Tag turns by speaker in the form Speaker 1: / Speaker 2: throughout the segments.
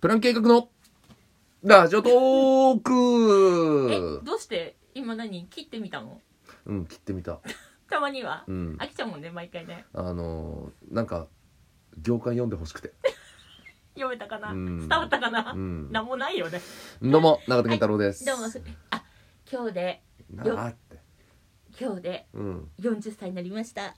Speaker 1: プラン計画のラジオトー
Speaker 2: え
Speaker 1: ク
Speaker 2: どうして今何切ってみたの
Speaker 1: うん、切ってみた。
Speaker 2: たまには、
Speaker 1: うん。
Speaker 2: 飽きちゃうもんね毎回ね
Speaker 1: あのー、なんか、行間読んでほしくて。
Speaker 2: 読めたかな、
Speaker 1: うん
Speaker 2: 伝わったかな、
Speaker 1: う
Speaker 2: なん、
Speaker 1: ん。
Speaker 2: 何もないよね
Speaker 1: どうも、長田健太郎です。
Speaker 2: どうもふあ今日で
Speaker 1: なあって。
Speaker 2: 今日で
Speaker 1: うん。
Speaker 2: 40歳になりました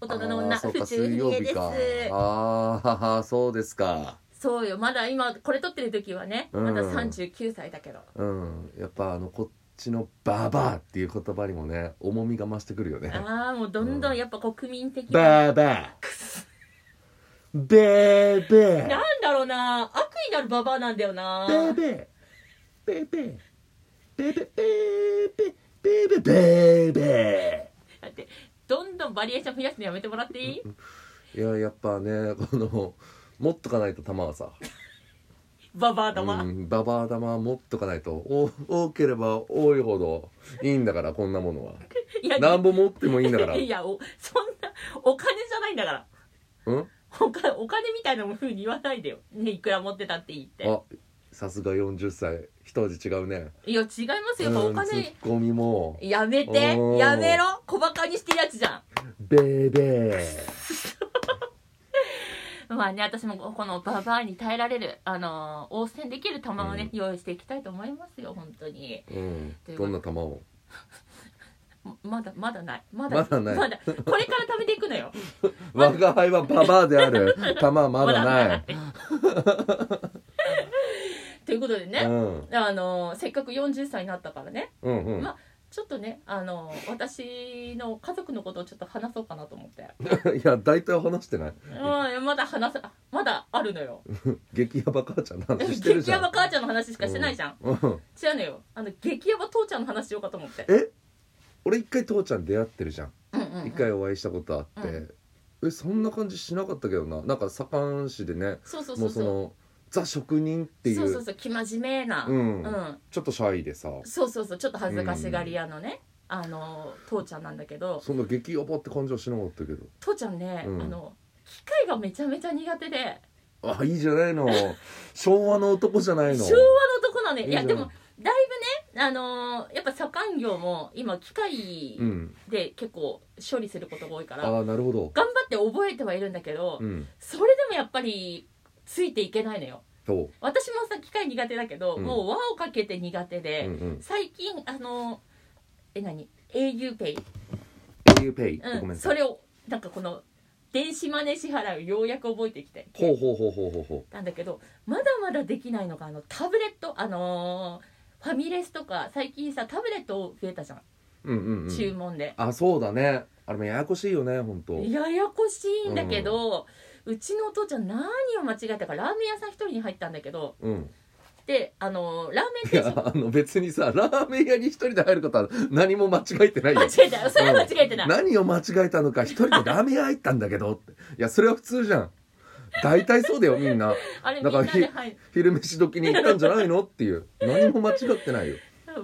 Speaker 2: 大
Speaker 1: 大
Speaker 2: 人の女
Speaker 1: そう
Speaker 2: 府
Speaker 1: か、
Speaker 2: 中
Speaker 1: 水
Speaker 2: ひ
Speaker 1: 曜
Speaker 2: げ
Speaker 1: 日
Speaker 2: です
Speaker 1: か。あーはは、そうですか。
Speaker 2: そうよまだ今これ撮ってる時はねまだ
Speaker 1: うん
Speaker 2: 39歳だけど、
Speaker 1: うん。やっぱ、あの、こっちのババアっていう言葉にもね、重みが増してくるよね。
Speaker 2: ああもうどんどんやっぱ国民的な、
Speaker 1: バーバア。ベーベー。
Speaker 2: なんだろうな悪意のあるババアなんだよな
Speaker 1: ベーベーベーベーベーベーベーベーベーベーベーベ
Speaker 2: だってどんどんバリエーション増やすのやめてもらっていい
Speaker 1: ーいややっぱねこの持っとかないと玉はさ、
Speaker 2: ババア
Speaker 1: う
Speaker 2: 玉、
Speaker 1: ん、ババア玉は持っとかないとお多ければ多いほどいいんだからこんなも のはい
Speaker 2: や
Speaker 1: なんぼ持ってもいいんだから
Speaker 2: いやおそんなお金じゃないんだから
Speaker 1: うん
Speaker 2: お金お金みたいなふうに言わないでよ、ね、いくら持ってたっていいって
Speaker 1: あさすが40歳一味違うね
Speaker 2: いや違いますよやっぱお
Speaker 1: うんツ
Speaker 2: 金
Speaker 1: ッコミも
Speaker 2: やめて
Speaker 1: おー
Speaker 2: やめろ小バカにしてるやつじゃ
Speaker 1: ベーベ
Speaker 2: んまあね私もこのババアに耐えられるあのー応戦できる玉をね、用意していきたいと思いますよ本当に
Speaker 1: ーうんどんな玉を
Speaker 2: ままだまだないまだ
Speaker 1: まだない
Speaker 2: これから貯めていく のよ
Speaker 1: 我が輩はババアである玉はまだ ない
Speaker 2: ということでね、
Speaker 1: うん
Speaker 2: あのーせっかく40歳になったからね
Speaker 1: うんうん
Speaker 2: まちょっとねあの私の家族のことをちょっと話そうかなと思って
Speaker 1: いや大体話してない
Speaker 2: うんまだ話せまだあるのよ
Speaker 1: 激ヤバ母ちゃんの話してる
Speaker 2: 激
Speaker 1: じゃ
Speaker 2: ヤ
Speaker 1: ん
Speaker 2: バ母ちゃんの話しかしてないじゃん、
Speaker 1: うん
Speaker 2: 違うのよあの激ヤバ父ちゃんの話しようかと思って
Speaker 1: え俺一回父ちゃん出会ってるじゃん
Speaker 2: うんうんうん
Speaker 1: 一回お会いしたことあって、えそんな感じしなかったけどななんか左官市でね
Speaker 2: そうそ
Speaker 1: も
Speaker 2: うそうう
Speaker 1: そ
Speaker 2: そう
Speaker 1: のザ職人っていう
Speaker 2: そうそうそう生真面目な、
Speaker 1: うん
Speaker 2: うん
Speaker 1: ちょっとシャイでさ
Speaker 2: そうそうそうちょっと恥ずかしがり屋のね、あの父ちゃんなんだけど
Speaker 1: そんな激ヤバって感じはしなかったけど
Speaker 2: 父ちゃんね、
Speaker 1: うん
Speaker 2: あの機械がめちゃめちゃ苦手で
Speaker 1: あいいじゃない の昭和の男じゃないの
Speaker 2: 昭和の男なのよい
Speaker 1: い
Speaker 2: や
Speaker 1: い
Speaker 2: で
Speaker 1: じゃん
Speaker 2: もだいぶねあのーやっぱ左官業も今機械
Speaker 1: うん
Speaker 2: で結構処理することが多いか
Speaker 1: あ
Speaker 2: ら、
Speaker 1: ーなるほど
Speaker 2: 頑張って覚えてはいるんだけど、
Speaker 1: うん
Speaker 2: それでもやっぱりついていけないのよ
Speaker 1: そう
Speaker 2: 私もさ機械苦手だけど、
Speaker 1: うん
Speaker 2: もう輪をかけて苦手
Speaker 1: うん
Speaker 2: で、
Speaker 1: うん
Speaker 2: 最近あのえ何 auPay、
Speaker 1: au ペイご
Speaker 2: う
Speaker 1: めん
Speaker 2: ん、
Speaker 1: なさ
Speaker 2: そ
Speaker 1: い
Speaker 2: れをなんかこの電子マネー支払いをようやく覚えてきて
Speaker 1: ほうほうほうほうほうほ
Speaker 2: なんだけどまだまだできないのがあのタブレットあのーファミレスとか最近さタブレット増えたじゃん、
Speaker 1: ううんうんうん
Speaker 2: 注文で、
Speaker 1: あそうだねあれもややこしいよね本当
Speaker 2: ややこしいんだけど、うちのお父ちゃん何を間違えたかラーメン屋さん一人に入ったんだけど
Speaker 1: うん
Speaker 2: であのーラーメン
Speaker 1: い
Speaker 2: 定
Speaker 1: や
Speaker 2: 食
Speaker 1: あの別にさラーメン屋に一人で入ることは 何も間違えてないよ
Speaker 2: 間違えたよそれは間違えてない、
Speaker 1: 何を間違えたのか一人でラーメン屋入ったんだけどっていやそれは普通じゃん大体そうだよみんな
Speaker 2: あれみ
Speaker 1: だ
Speaker 2: ん
Speaker 1: から
Speaker 2: なで入
Speaker 1: 昼飯時に行ったんじゃないのっていう何も間違ってないよ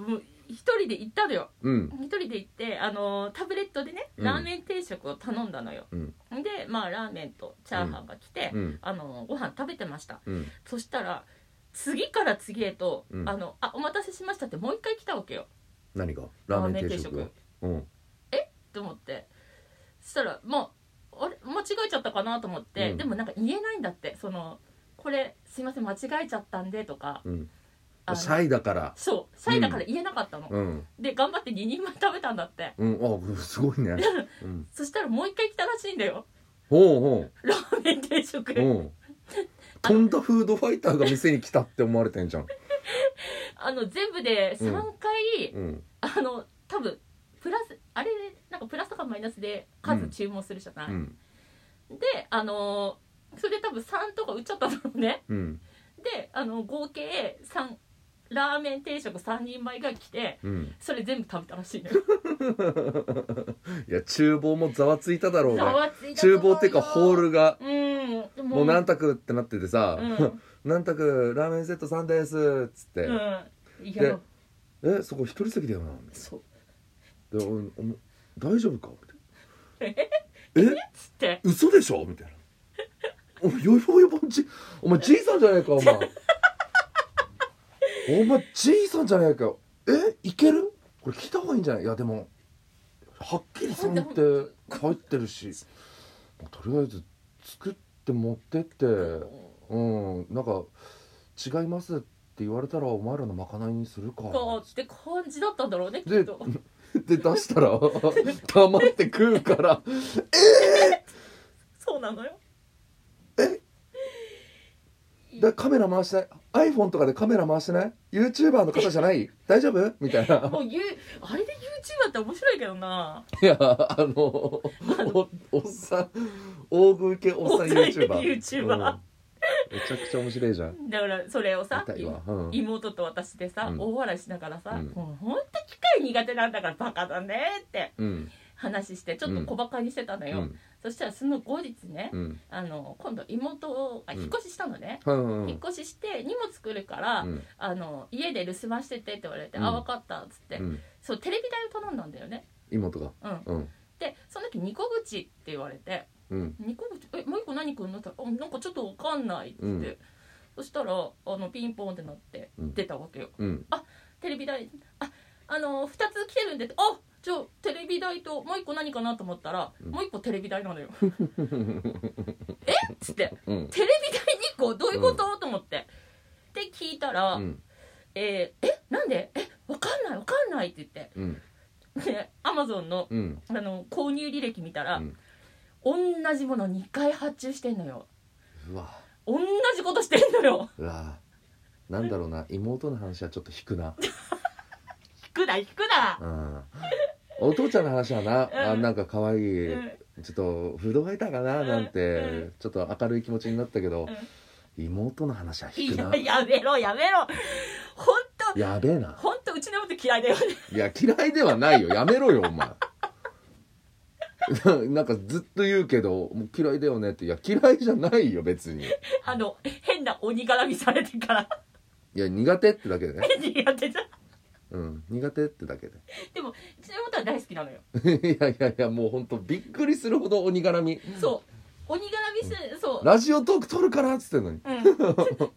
Speaker 2: もう一人で行ったのよ
Speaker 1: うん
Speaker 2: 一人で行ってあのータブレットでね
Speaker 1: うん
Speaker 2: ラーメン定食を頼んだのよ、
Speaker 1: うん
Speaker 2: でまあラーメンとチャーハンが来て、
Speaker 1: うん
Speaker 2: あのーご飯食べてました
Speaker 1: うん
Speaker 2: そしたら次から次へと「
Speaker 1: うん
Speaker 2: あのあお待たせしました」ってもう一回来たわけよ
Speaker 1: 何がラーメン定食
Speaker 2: ラーメン
Speaker 1: うん
Speaker 2: と思ってそしたらもうあれ間違えちゃったかなと思って、
Speaker 1: うん
Speaker 2: でもなんか言えないんだってその「これすいません間違えちゃったんで」とか
Speaker 1: うん
Speaker 2: あの
Speaker 1: シャイだから
Speaker 2: そうシャイだから言えなかったの、
Speaker 1: うん
Speaker 2: で頑張って2人前食べたんだって
Speaker 1: うんあすごい ねうん
Speaker 2: そしたらもう一回来たらしいんだよ
Speaker 1: ほうほう
Speaker 2: ラーメン定食、
Speaker 1: うん。とんだフードファイターが店に来たって思われてん じゃん。
Speaker 2: あの全部で3回、
Speaker 1: うん。
Speaker 2: あの多分プラスあれなんかプラスとかマイナスで数注文するじゃない、
Speaker 1: うん。
Speaker 2: であのーそれで多分3とか打っちゃったのね
Speaker 1: うん。
Speaker 2: であの合計3ラーメン定食3人前が来て
Speaker 1: うん。
Speaker 2: それ全部食べたらしいの よ
Speaker 1: いや、厨房もざわついただろう
Speaker 2: ざ
Speaker 1: が。
Speaker 2: わついたと
Speaker 1: 厨
Speaker 2: 思
Speaker 1: 房っていうかホールが、
Speaker 2: うん
Speaker 1: もう何択ってなっててさ
Speaker 2: うん、
Speaker 1: 何択ラーメンセット3ですっつって
Speaker 2: う、んい
Speaker 1: で
Speaker 2: や
Speaker 1: え、そこ一人席だよな。
Speaker 2: そう
Speaker 1: で、おお前大丈夫かみたいな。
Speaker 2: え
Speaker 1: え
Speaker 2: つって
Speaker 1: 嘘でしょみたいな。お前よぼよぼじお前じいさんじゃないかお前お前じいさんじゃないかえいけるこれ聞いた方がいいんじゃないいやでもはっきりさんって入ってるしもうとりあえず作って持ってってうんなんか違いますって言われたらお前らのまかないにするか
Speaker 2: こうって感じだったんだろうねきっ
Speaker 1: で
Speaker 2: と
Speaker 1: で出したら 黙って食うから
Speaker 2: そうなのよ
Speaker 1: だカメラ回してない iPhone とかでカメラ回してない YouTuber の方じゃない大丈夫みたいな
Speaker 2: もうゆあれで YouTuber って面白いけどない
Speaker 1: やあのおおっさん大食い系おっさん
Speaker 2: 大食い系
Speaker 1: YouTuber,
Speaker 2: YouTuber
Speaker 1: めちゃくちゃ面白いじゃん
Speaker 2: だからそれをさ
Speaker 1: 痛いわうん
Speaker 2: い妹と私でさ、
Speaker 1: うん
Speaker 2: 大笑いしながらさ、
Speaker 1: うん
Speaker 2: もうほんと機械苦手なんだからバカだねって
Speaker 1: うん
Speaker 2: 話してちょっと小バカにしてたの
Speaker 1: う
Speaker 2: よ、
Speaker 1: ん
Speaker 2: そしたらその後日ね、
Speaker 1: うん
Speaker 2: あの今度妹が
Speaker 1: うん
Speaker 2: 引っ越ししたのね、
Speaker 1: うん
Speaker 2: 引っ越しして荷物来るから、
Speaker 1: うん
Speaker 2: あの家で留守番しててって言われて「
Speaker 1: うん
Speaker 2: あ分かった」っつって、
Speaker 1: うん
Speaker 2: そうテレビ台を頼んだんだよね
Speaker 1: 妹が
Speaker 2: うん
Speaker 1: うん
Speaker 2: でその時「ニコ口」って言われて
Speaker 1: うん
Speaker 2: 「ニコ口えもう一個何来んの?」って言ったらあなんかちょっと分かんない」っつって、
Speaker 1: うん
Speaker 2: そしたらあのピンポンってなって
Speaker 1: うん
Speaker 2: 出たわけよ、
Speaker 1: うん
Speaker 2: テレビ台ああの2つ来てるんであじゃあテレビ台ともう一個何かなと思ったら、
Speaker 1: うん
Speaker 2: もう一個テレビ台な のよえっつって
Speaker 1: うん
Speaker 2: テレビ台2個どういうこと、と思ってで聞いたら「
Speaker 1: うん
Speaker 2: えーえなんでえわかんないわかんない」って言
Speaker 1: うん
Speaker 2: ってでアマゾンの
Speaker 1: うん
Speaker 2: あの購入履歴見たら、
Speaker 1: うん
Speaker 2: 同じもの2回発注してんのよ
Speaker 1: うわ
Speaker 2: 同じことしてんのよ
Speaker 1: うわなんだろうな妹の話はちょっと引くな
Speaker 2: 引くな引くな
Speaker 1: うんお父ちゃんの話はな、あ
Speaker 2: うん
Speaker 1: なんか可愛
Speaker 2: う
Speaker 1: い、
Speaker 2: ん
Speaker 1: ちょっとフードファイターかななんて、
Speaker 2: うんうん
Speaker 1: ちょっと明るい気持ちになったけど、妹の話は引くない
Speaker 2: ややめろやめろ本当
Speaker 1: やべえな
Speaker 2: 本当うちの妹嫌いだよね
Speaker 1: いや嫌いではないよやめろよお前 ななんかずっと言うけどもう嫌いだよねっていや嫌いじゃないよ別にい
Speaker 2: あの変な鬼絡みされてから
Speaker 1: や苦手ってだけでね
Speaker 2: やってた
Speaker 1: うん苦手ってだけで
Speaker 2: でもうちの妹は大好きなのよ
Speaker 1: いやいやいやもうほんとびっくりするほど鬼絡み
Speaker 2: そう鬼絡みすそう
Speaker 1: ラジオトーク撮るからっつってんのに
Speaker 2: うん、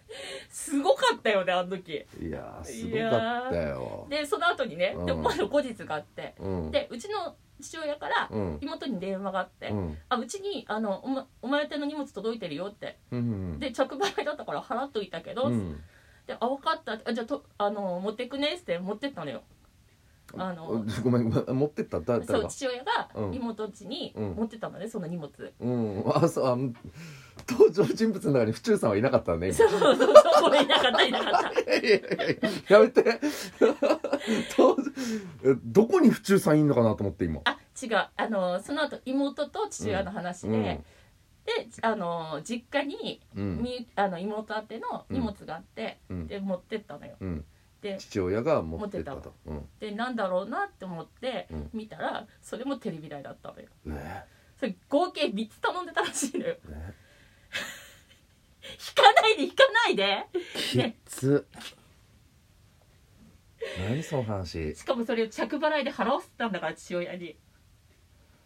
Speaker 2: すごかったよねあの時
Speaker 1: いやーすごかったよ
Speaker 2: でその後にね
Speaker 1: うん
Speaker 2: でもあの後日があって
Speaker 1: うん
Speaker 2: でうちの父親から
Speaker 1: うん
Speaker 2: 妹に電話があって「
Speaker 1: うん
Speaker 2: あうちにあのお,、ま、お前宛ての荷物届いてるよ」って
Speaker 1: うん
Speaker 2: で着払いだったから払っといたけど、
Speaker 1: うん
Speaker 2: で「あ分かった」あじゃあとあの持ってくね」って持ってったのよあの
Speaker 1: ごめんごめん持ってっただ
Speaker 2: そ
Speaker 1: 誰
Speaker 2: う
Speaker 1: が
Speaker 2: 父親が
Speaker 1: うん
Speaker 2: 妹家に
Speaker 1: うん
Speaker 2: 持ってったのね、その荷物
Speaker 1: うんあそうあの登場人物の中に府中さんはいなかったね今
Speaker 2: そうそうそうこれいなかったいなかった
Speaker 1: いやいやい ややめて とえどこに府中さんいんのかなと思って今
Speaker 2: あ違うあのその後妹と父親の話で、
Speaker 1: うん
Speaker 2: であの実家に
Speaker 1: うん
Speaker 2: みあの妹宛ての荷物があって、
Speaker 1: うん
Speaker 2: で持ってったのよ
Speaker 1: うん
Speaker 2: で
Speaker 1: 父親が持ってった
Speaker 2: 持って
Speaker 1: とうん
Speaker 2: でなんだろうなって思って
Speaker 1: うん
Speaker 2: 見たらそれもテレビ台だったのよ
Speaker 1: ね
Speaker 2: それ合計3つ頼んでたらしいのよ
Speaker 1: ね
Speaker 2: 引かないで引かないで
Speaker 1: きっ つ何その話
Speaker 2: しかもそれを着払いで払わせたんだから父親に
Speaker 1: い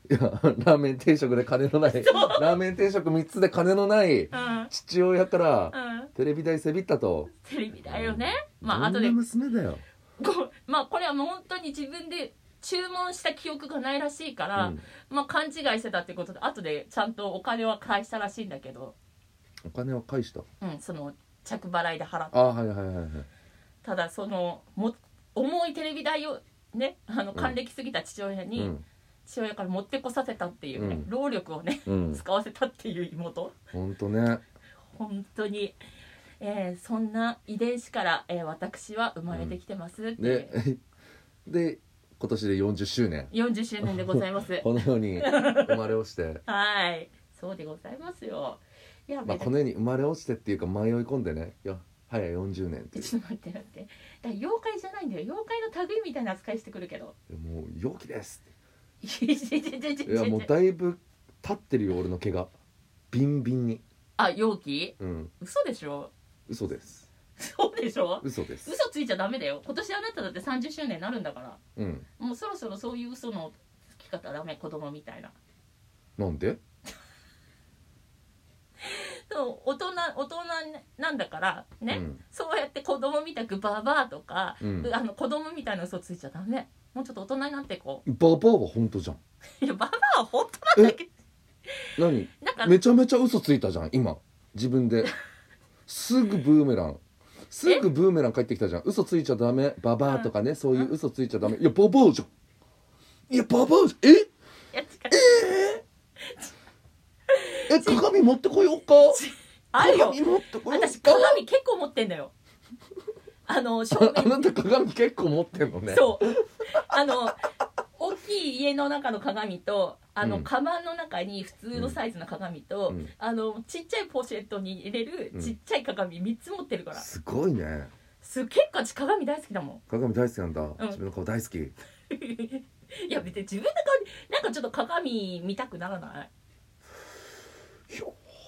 Speaker 1: やラーメン定食で金のないラーメン定食3つで金のない
Speaker 2: うんうん
Speaker 1: 父親からテレビ台せびったと
Speaker 2: テレビ台をねまあ
Speaker 1: ど
Speaker 2: 後
Speaker 1: ん
Speaker 2: で
Speaker 1: な娘だよ
Speaker 2: こうまあこれはもう本当に自分で注文した記憶がないらしいから、
Speaker 1: うん
Speaker 2: まあ勘違いしてたってことで後でちゃんとお金は返したらしいんだけど、
Speaker 1: お金は返した
Speaker 2: うん、その着払いで払っ
Speaker 1: あはいはいはいはい
Speaker 2: ただそのも重いテレビ台をねあの還暦過ぎた父親に、
Speaker 1: うん
Speaker 2: 父親から持ってこさせたっていうね、
Speaker 1: うん
Speaker 2: 労力をね
Speaker 1: うん
Speaker 2: 使わせたっていう妹
Speaker 1: ほんとね
Speaker 2: 本当に、えーそんな遺伝子から、えー私は生まれてきてますっていう、
Speaker 1: でで今年で40周年
Speaker 2: 40周年でございま す
Speaker 1: この世 に生まれ落ちて
Speaker 2: はいそうでございますよいや、
Speaker 1: まあこの世に生まれ落ちてっていうか迷い込んでねいや早40年ってい
Speaker 2: ちょっと待って待ってだから妖怪じゃないんだよ妖怪の類みたいな扱いしてくるけど
Speaker 1: うもう陽気です
Speaker 2: いやいやいやい
Speaker 1: い
Speaker 2: や
Speaker 1: や
Speaker 2: いや
Speaker 1: もうだいぶ立ってるよ俺の毛がビンビンに
Speaker 2: あ容器
Speaker 1: うん
Speaker 2: 嘘でしょ
Speaker 1: 嘘です
Speaker 2: そうでしょ
Speaker 1: 嘘です
Speaker 2: 嘘ついちゃダメだよ今年あなただって30周年になるんだから
Speaker 1: うん
Speaker 2: もうそろそろそういう嘘のつき方ダメ子供みたいな
Speaker 1: なんで
Speaker 2: と大人大人なんだからね、
Speaker 1: うん
Speaker 2: そうやって子供みたくババアとか、
Speaker 1: うん
Speaker 2: あの子供みたいな嘘ついちゃダメもうちょっと大人になっていこ
Speaker 1: ババアは本当じゃん
Speaker 2: う いやババアは本当なんだけ ど
Speaker 1: 何
Speaker 2: だから
Speaker 1: めちゃめちゃ嘘ついたじゃん今自分 ですぐブーメランすぐブーメラン返ってきたじゃん嘘ついちゃダメババアとかねそういう嘘ついちゃダメいやババアじゃんいやババアじゃんえ
Speaker 2: いや違う
Speaker 1: え鏡持ってこようか
Speaker 2: あるよ
Speaker 1: 鏡持ってこようか
Speaker 2: 私鏡結構持ってんだよあの正
Speaker 1: ああ
Speaker 2: 面
Speaker 1: なた鏡結構持ってんのね
Speaker 2: そうあの大きい家の中の鏡とあの、
Speaker 1: うん
Speaker 2: カバンの中に普通のサイズの鏡と、
Speaker 1: うん
Speaker 2: あのちっちゃいポシェットに入れる
Speaker 1: うん
Speaker 2: ちっちゃい鏡3つ持ってるから、
Speaker 1: すごいね
Speaker 2: す結構私鏡大好きだもん
Speaker 1: 鏡大好きなんだ、
Speaker 2: ん
Speaker 1: 自分の顔大好き
Speaker 2: いや別に自分の顔になんかちょっと鏡見たくならない
Speaker 1: いや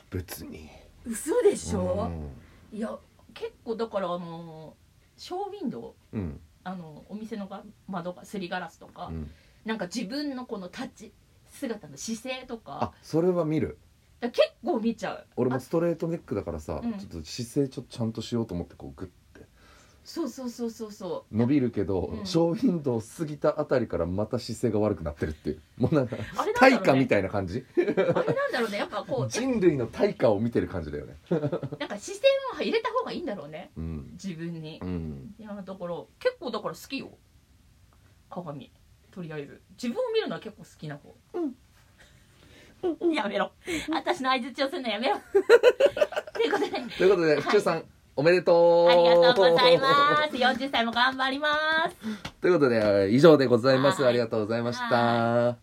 Speaker 1: 別に
Speaker 2: 嘘でし
Speaker 1: う
Speaker 2: ょ、
Speaker 1: ん
Speaker 2: いや結構だからあのショーウィンドウ
Speaker 1: うん
Speaker 2: あのお店のが窓がすりガラスとか、
Speaker 1: うん
Speaker 2: なんか自分のこの立ち姿の姿勢と
Speaker 1: あ
Speaker 2: か
Speaker 1: それは見る
Speaker 2: だから結構見ちゃう
Speaker 1: 俺も
Speaker 2: あ
Speaker 1: ストレートネックだからさ、
Speaker 2: うん
Speaker 1: ちょっと姿勢ちょっとちゃんとしようと思ってこうグッて
Speaker 2: そうそうそうそうそ
Speaker 1: 伸びるけど、
Speaker 2: うん
Speaker 1: ショーウィンドウ過ぎたあたりからまた姿勢が悪くなってるっていうもうなん か
Speaker 2: うあれなんだ
Speaker 1: 対
Speaker 2: ろ
Speaker 1: 価
Speaker 2: う
Speaker 1: み
Speaker 2: ね
Speaker 1: たいな感じ
Speaker 2: あれなんだろうねやっぱこうや
Speaker 1: 人類の対価を見てる感じだよね
Speaker 2: っぱなんか視線を入れた方がいいんだろうね
Speaker 1: うん
Speaker 2: 自分に
Speaker 1: うん
Speaker 2: いやだから結構だから好きよ鏡とりあえず自分を見るのは結構好きな方うんやめろ私の相づちをするのやめ ろということで
Speaker 1: ということで
Speaker 2: はい
Speaker 1: 府中さんおめでとう
Speaker 2: ありがとうござ います40歳も頑張ります
Speaker 1: ということで以上でございます
Speaker 2: はい
Speaker 1: ありがとうございました、
Speaker 2: は